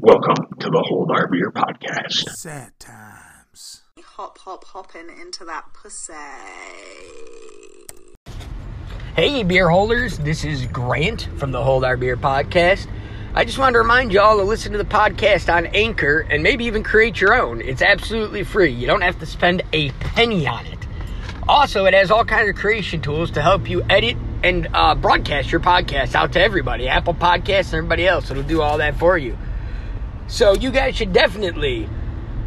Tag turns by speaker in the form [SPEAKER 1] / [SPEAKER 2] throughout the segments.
[SPEAKER 1] Welcome to the Hold Our Beer podcast.
[SPEAKER 2] Sad times.
[SPEAKER 3] Hop, hop, hopping into that pussy.
[SPEAKER 4] Hey, beer holders, this is Grant from the Hold Our Beer podcast. I just wanted to remind y'all to listen to the podcast on Anchor and maybe even create your own. It's absolutely free, you don't have to spend a penny on it. Also, it has all kinds of creation tools to help you edit and uh, broadcast your podcast out to everybody Apple Podcasts and everybody else. It'll do all that for you. So, you guys should definitely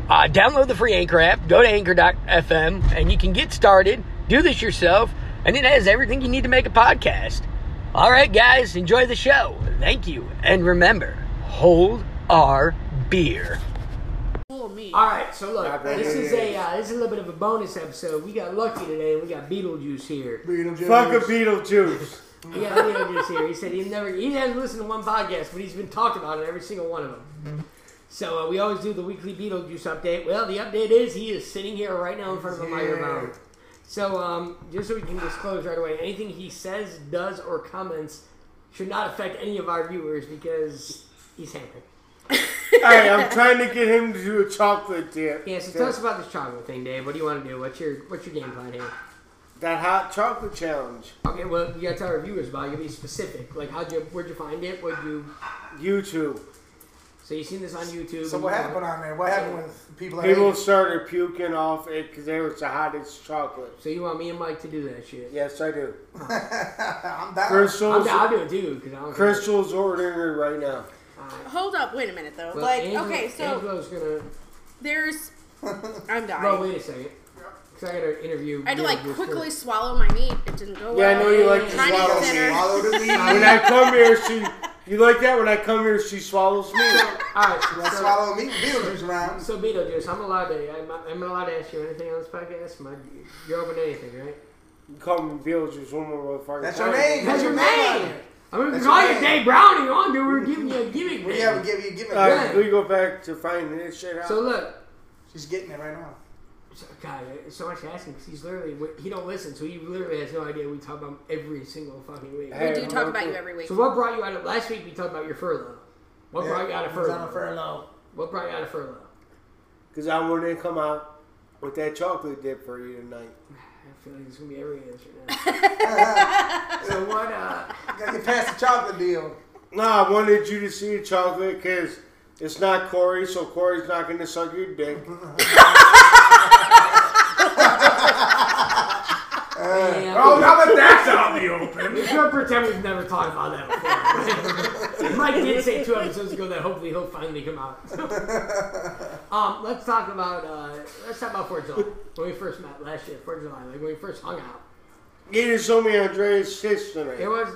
[SPEAKER 4] uh, download the free Anchor app, go to anchor.fm, and you can get started. Do this yourself, and it has everything you need to make a podcast. All right, guys, enjoy the show. Thank you. And remember, hold our beer. All right, so look, this is a uh, this is a little bit of a bonus episode. We got lucky today, and we got Beetlejuice here.
[SPEAKER 2] Fuck a Beetlejuice.
[SPEAKER 4] We got Beetlejuice here. He said he never he hasn't listened to one podcast, but he's been talking about it every single one of them. So uh, we always do the weekly Beetlejuice update. Well, the update is he is sitting here right now in front of a microphone. So um, just so we can disclose right away, anything he says, does, or comments should not affect any of our viewers because he's hammered.
[SPEAKER 2] hey, I'm trying to get him to do a chocolate dip.
[SPEAKER 4] Yeah, so tell us about this chocolate thing, Dave. What do you want to do? What's your what's your game plan here?
[SPEAKER 2] That hot chocolate challenge.
[SPEAKER 4] Okay, well you gotta tell our viewers about it. You gotta be specific. Like how'd you where'd you find it? What'd you
[SPEAKER 2] YouTube.
[SPEAKER 4] so you seen this on YouTube?
[SPEAKER 5] So
[SPEAKER 4] and
[SPEAKER 5] what
[SPEAKER 4] you-
[SPEAKER 5] happened on there? What happened with people? That
[SPEAKER 2] People
[SPEAKER 5] ate?
[SPEAKER 2] started puking off it because they was the hottest chocolate.
[SPEAKER 4] So you want me and Mike to do that shit?
[SPEAKER 2] Yes, I do.
[SPEAKER 5] I'm down.
[SPEAKER 4] I'm,
[SPEAKER 2] Crystal's,
[SPEAKER 4] I'll do it too, because I don't care.
[SPEAKER 2] Crystal's ordering it right now.
[SPEAKER 6] Hold up, wait a minute though.
[SPEAKER 4] Well,
[SPEAKER 6] like,
[SPEAKER 4] Angela-
[SPEAKER 6] okay, so
[SPEAKER 4] Angela's gonna.
[SPEAKER 6] there's. I'm dying.
[SPEAKER 4] Well, wait a second. Because I gotta interview.
[SPEAKER 6] I had to like
[SPEAKER 4] Beetlejuice
[SPEAKER 6] quickly
[SPEAKER 4] first.
[SPEAKER 6] swallow my meat. It didn't go well.
[SPEAKER 2] Yeah, I know you like to
[SPEAKER 6] Tiny
[SPEAKER 2] swallow
[SPEAKER 6] center.
[SPEAKER 5] Swallow the
[SPEAKER 2] When
[SPEAKER 5] meat.
[SPEAKER 2] I come here, she. You like that? When I come here, she swallows me.
[SPEAKER 4] All right, so,
[SPEAKER 5] Let's
[SPEAKER 4] so,
[SPEAKER 5] swallow meat. Beetlejuice round.
[SPEAKER 4] so Beetlejuice, I'm allowed to. I'm, I'm not allowed to ask you anything on this podcast. My, you're open to anything, right?
[SPEAKER 2] You call me Beetlejuice one more motherfucker.
[SPEAKER 5] That's your name.
[SPEAKER 4] That's your name. I'm gonna
[SPEAKER 5] That's
[SPEAKER 4] call
[SPEAKER 5] your
[SPEAKER 4] you
[SPEAKER 5] name.
[SPEAKER 4] Dave Browning on, dude. We're giving you a gimmick.
[SPEAKER 5] We
[SPEAKER 4] name.
[SPEAKER 5] have give you give it.
[SPEAKER 2] All
[SPEAKER 5] back.
[SPEAKER 2] right, we go back to finding this shit out.
[SPEAKER 4] So look,
[SPEAKER 5] She's getting it right now.
[SPEAKER 4] so- God, it's so much to ask him because he's literally he don't listen, so he literally has no idea we talk about him every single fucking week.
[SPEAKER 2] Hey,
[SPEAKER 6] We do talk
[SPEAKER 2] I'm
[SPEAKER 6] about you
[SPEAKER 2] okay.
[SPEAKER 6] every week.
[SPEAKER 4] So what brought you out of last week? We talked about your furlough. What brought you out of
[SPEAKER 5] He's on
[SPEAKER 4] furlough?
[SPEAKER 5] a furlough.
[SPEAKER 4] What brought you out of furlough?
[SPEAKER 2] Because I want to come out with that chocolate dip for you tonight.
[SPEAKER 4] I feel like it's gonna be every answer now. so what? Uh,
[SPEAKER 5] Gotta get past the chocolate deal.
[SPEAKER 2] No, I wanted you to see the chocolate because it's not Corey, so Corey's not going to suck your dick.
[SPEAKER 4] Mm-hmm.
[SPEAKER 5] Uh,
[SPEAKER 4] yeah,
[SPEAKER 2] Oh, how about that's out in the open?
[SPEAKER 4] We're gonna pretend we've never talked about that before. Mike did say two episodes ago that hopefully he'll finally come out. um, let's talk about uh, let's talk about Fourth of July when we first met last year. Fourth of July, like when we first hung out.
[SPEAKER 2] You didn't show me Andrea's tits
[SPEAKER 4] It
[SPEAKER 2] tonight.
[SPEAKER 4] was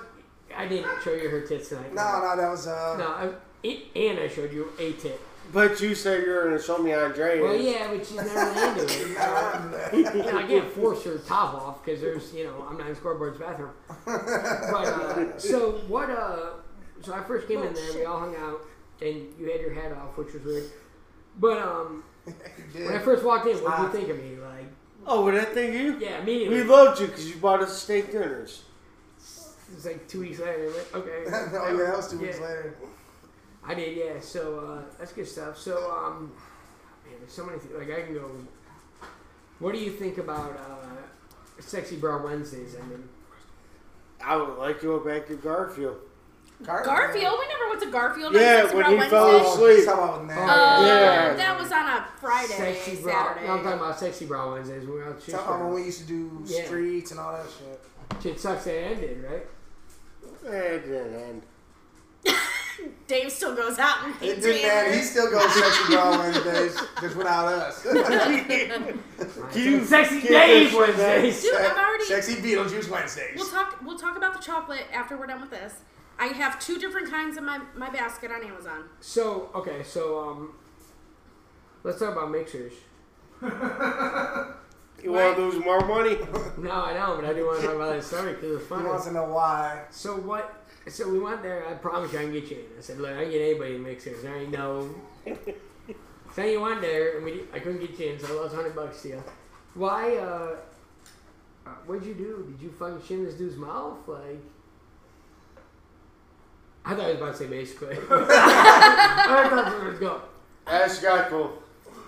[SPEAKER 4] I didn't show you her tits tonight.
[SPEAKER 5] No, no, that was uh.
[SPEAKER 4] no. I, it, and I showed you a tit.
[SPEAKER 2] But you said you were going to show me Andrea's.
[SPEAKER 4] Well, yeah, but she's never really into it.
[SPEAKER 5] I don't remember that.
[SPEAKER 4] You know, I can't force her top off because there's, you know, I'm not in scoreboard's bathroom. But uh, so what? Uh, so I first came in there, we all hung out, and you had your hat off, which was weird. But um,
[SPEAKER 5] You
[SPEAKER 4] when I
[SPEAKER 5] did. Oh,
[SPEAKER 4] first walked in, what did you think of me? Like,
[SPEAKER 2] Oh, would that thing you?
[SPEAKER 4] yeah,
[SPEAKER 2] We
[SPEAKER 4] immediately.
[SPEAKER 2] loved you because you bought us steak dinners.
[SPEAKER 4] it was like two weeks later. like, okay.
[SPEAKER 5] Oh yeah, that was two weeks
[SPEAKER 4] Yeah.
[SPEAKER 5] later.
[SPEAKER 4] I did, yeah. So uh, that's good stuff. So, um, man, there's so many. Th- like I can go. What do you think about uh, sexy bra Wednesdays? I mean,
[SPEAKER 2] I would like to go back to Garfield.
[SPEAKER 5] Gar-
[SPEAKER 6] Garfield? We never went to Garfield. on
[SPEAKER 2] Yeah,
[SPEAKER 6] Sexy
[SPEAKER 2] when
[SPEAKER 6] Red
[SPEAKER 2] he fell
[SPEAKER 6] Wednesday.
[SPEAKER 2] asleep.
[SPEAKER 5] He's talking about now.
[SPEAKER 4] Oh,
[SPEAKER 6] Uh,
[SPEAKER 2] Yeah.
[SPEAKER 6] That was on a Friday,
[SPEAKER 4] sexy bra.
[SPEAKER 6] Saturday.
[SPEAKER 4] No, I'm talking about sexy bra Wednesdays. when We were out
[SPEAKER 5] Talking about when
[SPEAKER 4] shooting.
[SPEAKER 5] we used to do
[SPEAKER 4] Oh, Yeah.
[SPEAKER 5] streets and all that shit.
[SPEAKER 4] Shit sucks that it ended, right?
[SPEAKER 2] Eh, It didn't end.
[SPEAKER 6] Dave still goes out and
[SPEAKER 5] It
[SPEAKER 6] hates
[SPEAKER 5] didn't matter. He
[SPEAKER 6] me.
[SPEAKER 5] still goes sexy bra Wednesdays, just without us.
[SPEAKER 2] You
[SPEAKER 4] sexy
[SPEAKER 2] get
[SPEAKER 4] Dave
[SPEAKER 2] this
[SPEAKER 4] Wednesdays.
[SPEAKER 6] Dude, I've already.
[SPEAKER 5] Sexy Beetlejuice Wednesdays.
[SPEAKER 6] We'll talk. We'll talk about the chocolate after we're done with this. I have two different kinds in my, my basket on Amazon.
[SPEAKER 4] So okay, so um, let's talk about mixers.
[SPEAKER 2] You want to lose more money?
[SPEAKER 4] No, I know, but I do want to talk about that story because it's
[SPEAKER 5] He
[SPEAKER 4] funny.
[SPEAKER 5] wants to know why.
[SPEAKER 4] So what? So we went there. I promise you, I can get you in. I said, look, I can get anybody in mixers. There ain't no. so you went there, and we I couldn't get you in, so I lost hundred bucks to you. Why? uh uh, What'd you do? Did you fucking shit in this dude's mouth? Like, I thought he was about to say basically. I thought this was going.
[SPEAKER 2] Ask Yako.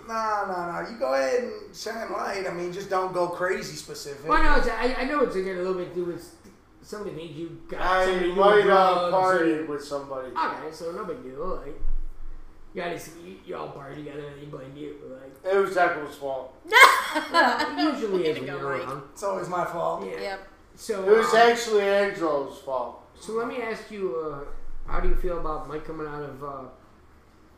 [SPEAKER 5] No, no, no. You go ahead and shine light. I mean, just don't go crazy specific.
[SPEAKER 4] Well, no, it's, I, I know it's got a little bit to do with somebody that you got.
[SPEAKER 2] I
[SPEAKER 4] somebody doing
[SPEAKER 2] might uh, have
[SPEAKER 4] drugs
[SPEAKER 2] partied
[SPEAKER 4] or-
[SPEAKER 2] with somebody.
[SPEAKER 4] Alright, so no big deal. Like, you gotta see, you, you all party together and they blame you. Like,
[SPEAKER 2] It was Echo's fault.
[SPEAKER 4] it usually
[SPEAKER 6] Way
[SPEAKER 4] is
[SPEAKER 6] to
[SPEAKER 4] when
[SPEAKER 6] go, oh,
[SPEAKER 4] you're
[SPEAKER 6] Mike.
[SPEAKER 4] around.
[SPEAKER 5] It's always my fault.
[SPEAKER 4] Yeah.
[SPEAKER 6] Yep.
[SPEAKER 4] So,
[SPEAKER 2] It was
[SPEAKER 4] uh,
[SPEAKER 2] actually Angelo's fault.
[SPEAKER 4] so let me ask you, uh, how do you feel about Mike coming out of? Uh,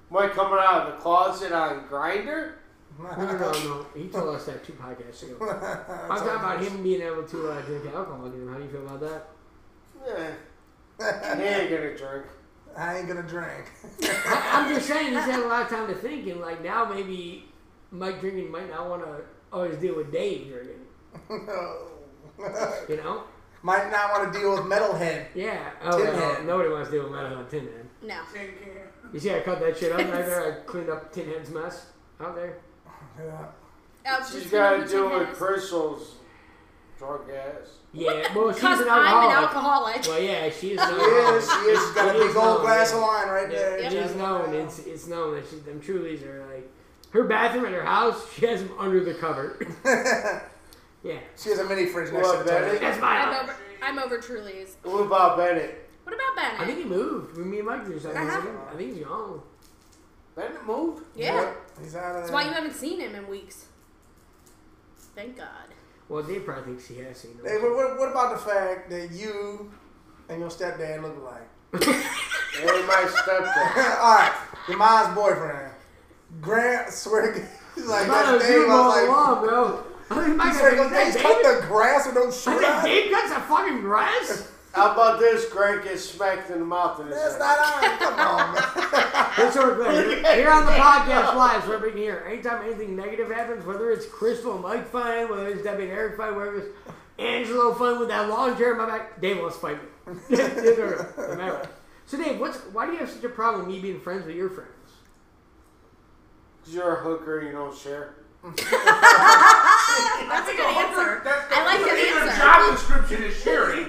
[SPEAKER 2] Mike coming out of the closet on Grinder.
[SPEAKER 4] no, no, no, no. He told us that two podcasts ago. I'm talking about him being able to uh, drink alcohol again. How do you feel about that?
[SPEAKER 2] Eh, he ain't gonna drink.
[SPEAKER 5] I ain't gonna drink.
[SPEAKER 4] I'm just saying he's had a lot of time to think, and like now maybe Mike drinking might not want to always deal with Dave drinking. You know?
[SPEAKER 5] Might not want to deal with metalhead.
[SPEAKER 4] Yeah. Oh,
[SPEAKER 5] Tinhead.
[SPEAKER 4] well, nobody wants to deal with metal on Tin Man.
[SPEAKER 6] No.
[SPEAKER 4] You see, I cut that shit up right there. I cleaned up Tin Head's mess out there.
[SPEAKER 5] Yeah.
[SPEAKER 6] Uh,
[SPEAKER 2] She's
[SPEAKER 6] just
[SPEAKER 2] gotta
[SPEAKER 6] remember
[SPEAKER 2] deal
[SPEAKER 6] to
[SPEAKER 2] with
[SPEAKER 6] pass.
[SPEAKER 2] Crystal's drunk ass.
[SPEAKER 4] Yeah. Well, she's
[SPEAKER 6] Cause
[SPEAKER 4] an
[SPEAKER 6] I'm an
[SPEAKER 4] alcoholic.
[SPEAKER 6] alcoholic.
[SPEAKER 4] Well, yeah, she is. An
[SPEAKER 5] She is.
[SPEAKER 4] alcoholic.
[SPEAKER 5] She is. She's got a
[SPEAKER 4] It is
[SPEAKER 5] big old
[SPEAKER 4] known.
[SPEAKER 5] glass of wine right
[SPEAKER 4] Yeah,
[SPEAKER 5] there.
[SPEAKER 4] it
[SPEAKER 5] Just
[SPEAKER 4] is
[SPEAKER 5] like
[SPEAKER 4] known.
[SPEAKER 5] that.
[SPEAKER 4] It's it's known that she, them Trulies are like her bathroom at her house. She has them under the cover. yeah,
[SPEAKER 5] She has a mini fridge next
[SPEAKER 2] What
[SPEAKER 5] to the toilet.
[SPEAKER 2] Bennett?
[SPEAKER 4] that's my.
[SPEAKER 6] I'm
[SPEAKER 4] house.
[SPEAKER 6] over. I'm over Truly's.
[SPEAKER 2] What about Bennett?
[SPEAKER 6] What about Ben?
[SPEAKER 4] I think he moved. Me and Mike just. I think he's gone. I think he's gone.
[SPEAKER 2] Bennett moved.
[SPEAKER 6] yeah.
[SPEAKER 5] He's out of
[SPEAKER 6] That's why you
[SPEAKER 4] uh,
[SPEAKER 5] there.
[SPEAKER 6] haven't seen him in weeks. Thank God.
[SPEAKER 4] Well, Dave probably thinks he has seen
[SPEAKER 5] Hey,
[SPEAKER 4] him.
[SPEAKER 5] what, what, what about the fact that you and your stepdad look alike?
[SPEAKER 2] And my stepdad.
[SPEAKER 5] All right, your mom's boyfriend. Grant, swear to God, he's like,
[SPEAKER 4] Mike
[SPEAKER 5] that's
[SPEAKER 4] was
[SPEAKER 5] Dave.
[SPEAKER 4] doing all
[SPEAKER 5] I was
[SPEAKER 4] along, bro. I think
[SPEAKER 5] like,
[SPEAKER 4] Mike
[SPEAKER 5] he
[SPEAKER 4] was
[SPEAKER 5] said,
[SPEAKER 4] like,
[SPEAKER 5] "Go-
[SPEAKER 4] is that
[SPEAKER 5] he's cut
[SPEAKER 4] Dave?
[SPEAKER 5] the grass with no
[SPEAKER 4] I
[SPEAKER 5] shoes.
[SPEAKER 4] think Dave cuts the fucking grass.
[SPEAKER 2] How about this? Grant gets smacked in the mouth in his
[SPEAKER 5] That's
[SPEAKER 2] head.
[SPEAKER 5] not on. Come on, man.
[SPEAKER 4] That's what we're glad. Here on the podcast live, so we're being here. Anytime anything negative happens, whether it's Crystal and Mike fighting, whether it's Debbie and Eric fighting, whether it's Angelo fighting with that long chair in my back, Dave wants to fight me. It don't matter. so Dave, what's why do you have such a problem with me being friends with your friends?
[SPEAKER 2] Cause you're a hooker, you don't share.
[SPEAKER 6] That's a good answer. I like that
[SPEAKER 7] Even
[SPEAKER 6] answer.
[SPEAKER 7] job description is sharing.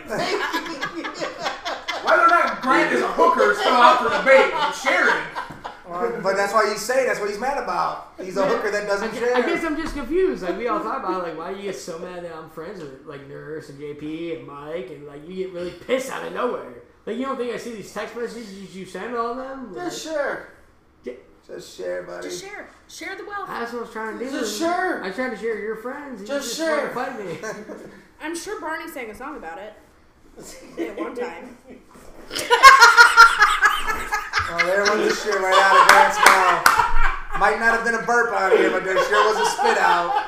[SPEAKER 7] Whether or not Grant is a hooker is still out for debate. But sharing.
[SPEAKER 5] Well, But that's why you say that's what he's mad about. He's a hooker that
[SPEAKER 4] I,
[SPEAKER 5] doesn't
[SPEAKER 4] gu-
[SPEAKER 5] share.
[SPEAKER 4] I guess I'm just confused. Like we all thought about, it, like why do you get so mad that I'm friends with like Nurse and JP and Mike, and like you get really pissed out of nowhere. Like you don't think I see these text messages you send all them? Like,
[SPEAKER 2] Just share.
[SPEAKER 5] Just share, buddy.
[SPEAKER 6] Just share. Share the wealth.
[SPEAKER 4] That's what I was trying to do.
[SPEAKER 2] Just share.
[SPEAKER 4] I was trying to share your friends. You
[SPEAKER 2] Just
[SPEAKER 4] just, want
[SPEAKER 2] share.
[SPEAKER 4] to Fight me.
[SPEAKER 6] I'm sure Barney sang a song about it. At one time.
[SPEAKER 5] Oh, there was a shit right out of Grant's mouth. Might not have been a burp on here, but there sure was a spit out.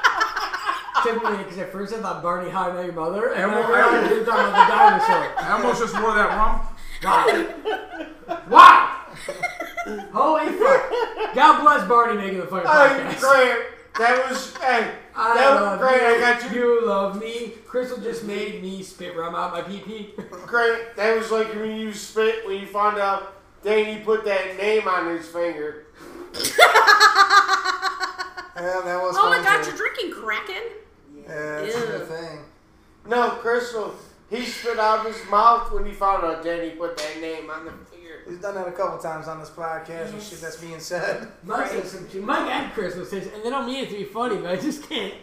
[SPEAKER 4] Typically, because at first I thought Barney How I Met Your Mother, and we realized you were talking about the dinosaur.
[SPEAKER 7] I almost just wore that wrong.
[SPEAKER 4] Wow. wow. Holy fuck. God bless Barney making the fucking
[SPEAKER 2] Hey,
[SPEAKER 4] podcast.
[SPEAKER 2] Grant, that was hey,
[SPEAKER 4] I
[SPEAKER 2] that
[SPEAKER 4] love
[SPEAKER 2] was Grant.
[SPEAKER 4] you.
[SPEAKER 2] I got you,
[SPEAKER 4] You love me. Crystal just made me spit rum out my pee pee.
[SPEAKER 2] Grant. That was like when you spit when you found out Danny put that name on his finger.
[SPEAKER 5] Yeah, that was
[SPEAKER 6] Oh my
[SPEAKER 5] fun,
[SPEAKER 6] god,
[SPEAKER 5] too.
[SPEAKER 6] you're drinking Kraken?
[SPEAKER 5] Yeah, that's a good
[SPEAKER 6] Ew.
[SPEAKER 5] thing.
[SPEAKER 2] No, Crystal, he spit out his mouth when he found out Danny put that name on the finger.
[SPEAKER 5] He's done that a couple times on this podcast and shit that's being said.
[SPEAKER 4] Mike says some shit. Mike and Crystal says, and they don't mean it to be funny, but I just can't.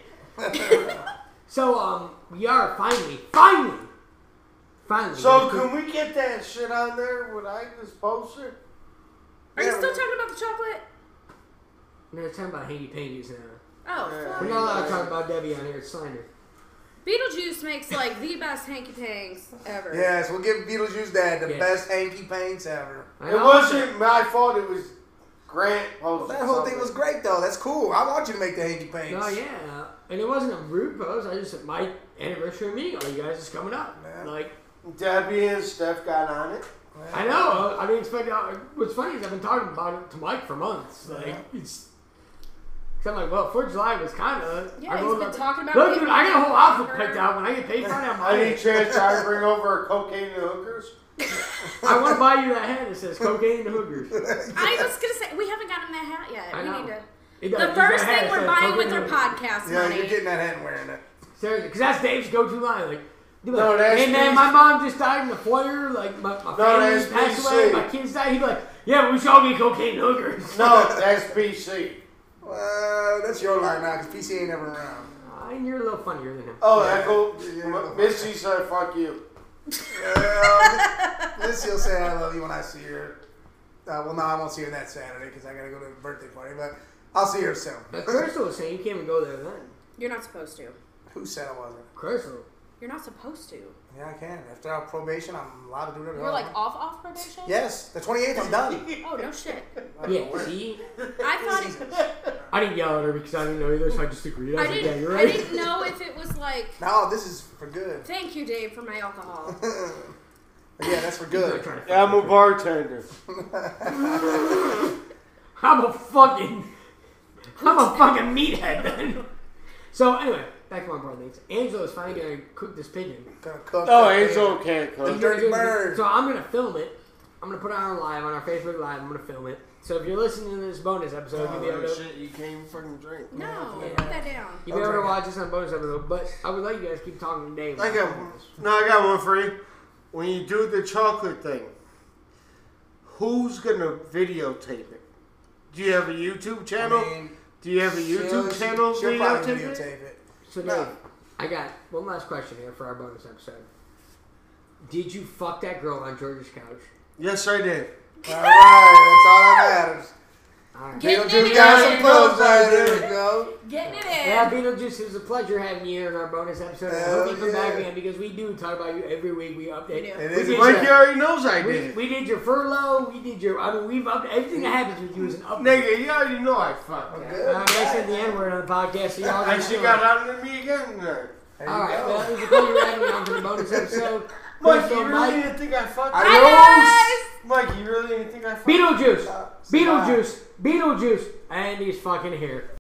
[SPEAKER 4] so, um, we are finally, finally, finally.
[SPEAKER 2] So can we get that shit on there with Agnes Poster?
[SPEAKER 6] Are you
[SPEAKER 5] Yeah,
[SPEAKER 6] still
[SPEAKER 5] we-
[SPEAKER 6] talking about the chocolate?
[SPEAKER 4] We're talking about handy panties now.
[SPEAKER 6] Oh,
[SPEAKER 4] We're
[SPEAKER 6] fuck.
[SPEAKER 4] not allowed to talk about Debbie on here. It's slander.
[SPEAKER 6] Beetlejuice makes like the best hanky pangs ever.
[SPEAKER 5] Yes, we'll give Beetlejuice Dad the
[SPEAKER 4] Yes.
[SPEAKER 5] best hanky paints ever.
[SPEAKER 4] I
[SPEAKER 2] It
[SPEAKER 4] know.
[SPEAKER 2] wasn't my fault. It was Grant posted.
[SPEAKER 5] That whole
[SPEAKER 2] something.
[SPEAKER 5] thing was great though. That's cool. I want you to make the hanky paints.
[SPEAKER 4] Oh yeah, and it wasn't a rude post. I just said my anniversary meeting. All you guys is coming up.
[SPEAKER 5] Yeah.
[SPEAKER 4] Like
[SPEAKER 2] Debbie and Steph got on it.
[SPEAKER 4] I know. I didn't expect. What's funny is I've been talking about it to Mike for months. Like it's. 'cause I'm like, well, Fourth of July was kind of.
[SPEAKER 6] Yeah, he's been talking about
[SPEAKER 4] Look, dude,
[SPEAKER 6] it.
[SPEAKER 4] I got a whole outfit picked out. When I get paid for it, I'm
[SPEAKER 2] I need
[SPEAKER 4] like,
[SPEAKER 2] chance. I bring over a cocaine and hookers.
[SPEAKER 4] I want to buy you that hat that says cocaine and hookers.
[SPEAKER 6] I was gonna say we haven't gotten that hat yet.
[SPEAKER 4] I
[SPEAKER 6] we
[SPEAKER 4] know.
[SPEAKER 6] need
[SPEAKER 4] It
[SPEAKER 6] to.
[SPEAKER 4] does.
[SPEAKER 6] The
[SPEAKER 4] It's got a
[SPEAKER 6] first
[SPEAKER 4] hat
[SPEAKER 6] thing
[SPEAKER 4] that
[SPEAKER 6] we're
[SPEAKER 4] says
[SPEAKER 6] buying
[SPEAKER 4] cocaine
[SPEAKER 6] with
[SPEAKER 4] and
[SPEAKER 6] our
[SPEAKER 4] hookers.
[SPEAKER 6] podcast
[SPEAKER 5] Yeah,
[SPEAKER 6] money.
[SPEAKER 5] you're getting that hat and wearing it.
[SPEAKER 4] Seriously, because that's Dave's go-to line. Like, They'd be
[SPEAKER 2] No,
[SPEAKER 4] like,
[SPEAKER 2] that's
[SPEAKER 4] hey man,
[SPEAKER 2] pretty-
[SPEAKER 4] my mom just died in the fire. Like my, my
[SPEAKER 2] that's
[SPEAKER 4] family
[SPEAKER 2] pretty
[SPEAKER 4] passed away. My
[SPEAKER 2] safe.
[SPEAKER 4] kids died. He'd be like, yeah, but we should all get cocaine hookers.
[SPEAKER 2] No, that's BC.
[SPEAKER 5] Well, that's your line now, because PC ain't ever around.
[SPEAKER 4] Uh, you're a little funnier than him.
[SPEAKER 2] Oh, Echo. M- Missy said, "Fuck you."
[SPEAKER 5] Um, Liz, will say I love you when I see her. Uh, well, no, I won't see her that Saturday because I gotta go to the birthday party, but I'll see her soon.
[SPEAKER 4] Crystal was saying you can't even go there then.
[SPEAKER 6] You're not supposed to.
[SPEAKER 5] Who said I wasn't?
[SPEAKER 4] Crystal.
[SPEAKER 6] You're not supposed to. You
[SPEAKER 5] Yeah, I can. After our probation, I'm allowed to do whatever. I
[SPEAKER 6] were like
[SPEAKER 5] want.
[SPEAKER 6] off off probation.
[SPEAKER 5] yes, the 28th, I'm done.
[SPEAKER 6] Oh no shit.
[SPEAKER 4] Yeah, see?
[SPEAKER 6] I thought it,
[SPEAKER 4] I didn't yell at her because I didn't know either, so I just agreed. I
[SPEAKER 6] I
[SPEAKER 4] was like, yeah,
[SPEAKER 6] didn't.
[SPEAKER 4] you're
[SPEAKER 6] I
[SPEAKER 4] right.
[SPEAKER 6] didn't know if it was like.
[SPEAKER 5] No, this is for good.
[SPEAKER 6] Thank you, Dave, for my alcohol.
[SPEAKER 5] But yeah, that's for good.
[SPEAKER 4] Trying to
[SPEAKER 2] Yeah, I'm a bartender.
[SPEAKER 4] I'm a fucking, I'm a fucking meathead then. So anyway, back to my brother. It's Angela's finally gonna cook this pigeon.
[SPEAKER 5] Gonna cook.
[SPEAKER 2] Oh,
[SPEAKER 5] gonna
[SPEAKER 2] it's
[SPEAKER 5] clean.
[SPEAKER 2] okay, coach.
[SPEAKER 5] Dirty bird.
[SPEAKER 4] So I'm gonna film it. I'm gonna put it on live on our Facebook Live. I'm gonna film it. So if you're listening to this bonus episode, you'll be
[SPEAKER 5] Oh,
[SPEAKER 4] able to.
[SPEAKER 2] you can't even fucking drink.
[SPEAKER 6] No,
[SPEAKER 4] Yeah.
[SPEAKER 6] put that down.
[SPEAKER 4] You'll be
[SPEAKER 5] Okay.
[SPEAKER 4] able to watch this on bonus episode, but I would like you guys to keep talking today.
[SPEAKER 2] I got no. I got one for you. When you do the chocolate thing, who's gonna videotape it? Do you have a YouTube channel?
[SPEAKER 5] mean,
[SPEAKER 2] do you have a
[SPEAKER 5] She'll-
[SPEAKER 2] YouTube
[SPEAKER 5] she-
[SPEAKER 2] channel
[SPEAKER 5] She'll probably
[SPEAKER 2] videotape, it?
[SPEAKER 5] videotape it.
[SPEAKER 4] So Dave,
[SPEAKER 5] No.
[SPEAKER 4] I got one last question here for our bonus episode. Did you fuck that girl on George's couch?
[SPEAKER 2] Yes, I did.
[SPEAKER 5] All right, that's all that matters.
[SPEAKER 4] All right.
[SPEAKER 6] Getting it
[SPEAKER 5] Beetlejuice
[SPEAKER 6] in.
[SPEAKER 5] got some plugs right there. we go.
[SPEAKER 6] Getting it in.
[SPEAKER 4] Yeah, Beetlejuice, it was a pleasure having you here in our bonus episode. I hope you come
[SPEAKER 5] Hell
[SPEAKER 4] back
[SPEAKER 5] yeah.
[SPEAKER 4] again because we do talk about you every week. We update.
[SPEAKER 6] do.
[SPEAKER 5] It
[SPEAKER 4] We
[SPEAKER 5] is
[SPEAKER 4] did
[SPEAKER 5] a
[SPEAKER 2] Mikey
[SPEAKER 4] your-
[SPEAKER 2] already knows I
[SPEAKER 4] We,
[SPEAKER 2] did.
[SPEAKER 4] we did your furlough. We did your. I mean, we've up, everything that happens with you is an update.
[SPEAKER 2] Nigga, you already know I fucked.
[SPEAKER 4] Uh, I said the N word on the podcast, so y'all.
[SPEAKER 2] And she got on to me again. uh,
[SPEAKER 5] There you
[SPEAKER 4] All right,
[SPEAKER 5] go.
[SPEAKER 4] well, that was a pleasure having you on for the bonus episode.
[SPEAKER 2] Mike,
[SPEAKER 4] So,
[SPEAKER 2] you really
[SPEAKER 4] Mike-
[SPEAKER 2] didn't think I fucked.
[SPEAKER 5] I
[SPEAKER 2] you?
[SPEAKER 5] know.
[SPEAKER 2] Mike, you really didn't think I fucked. you?
[SPEAKER 4] Beetlejuice,
[SPEAKER 5] Stop.
[SPEAKER 4] Beetlejuice, Beetlejuice, and he's fucking here.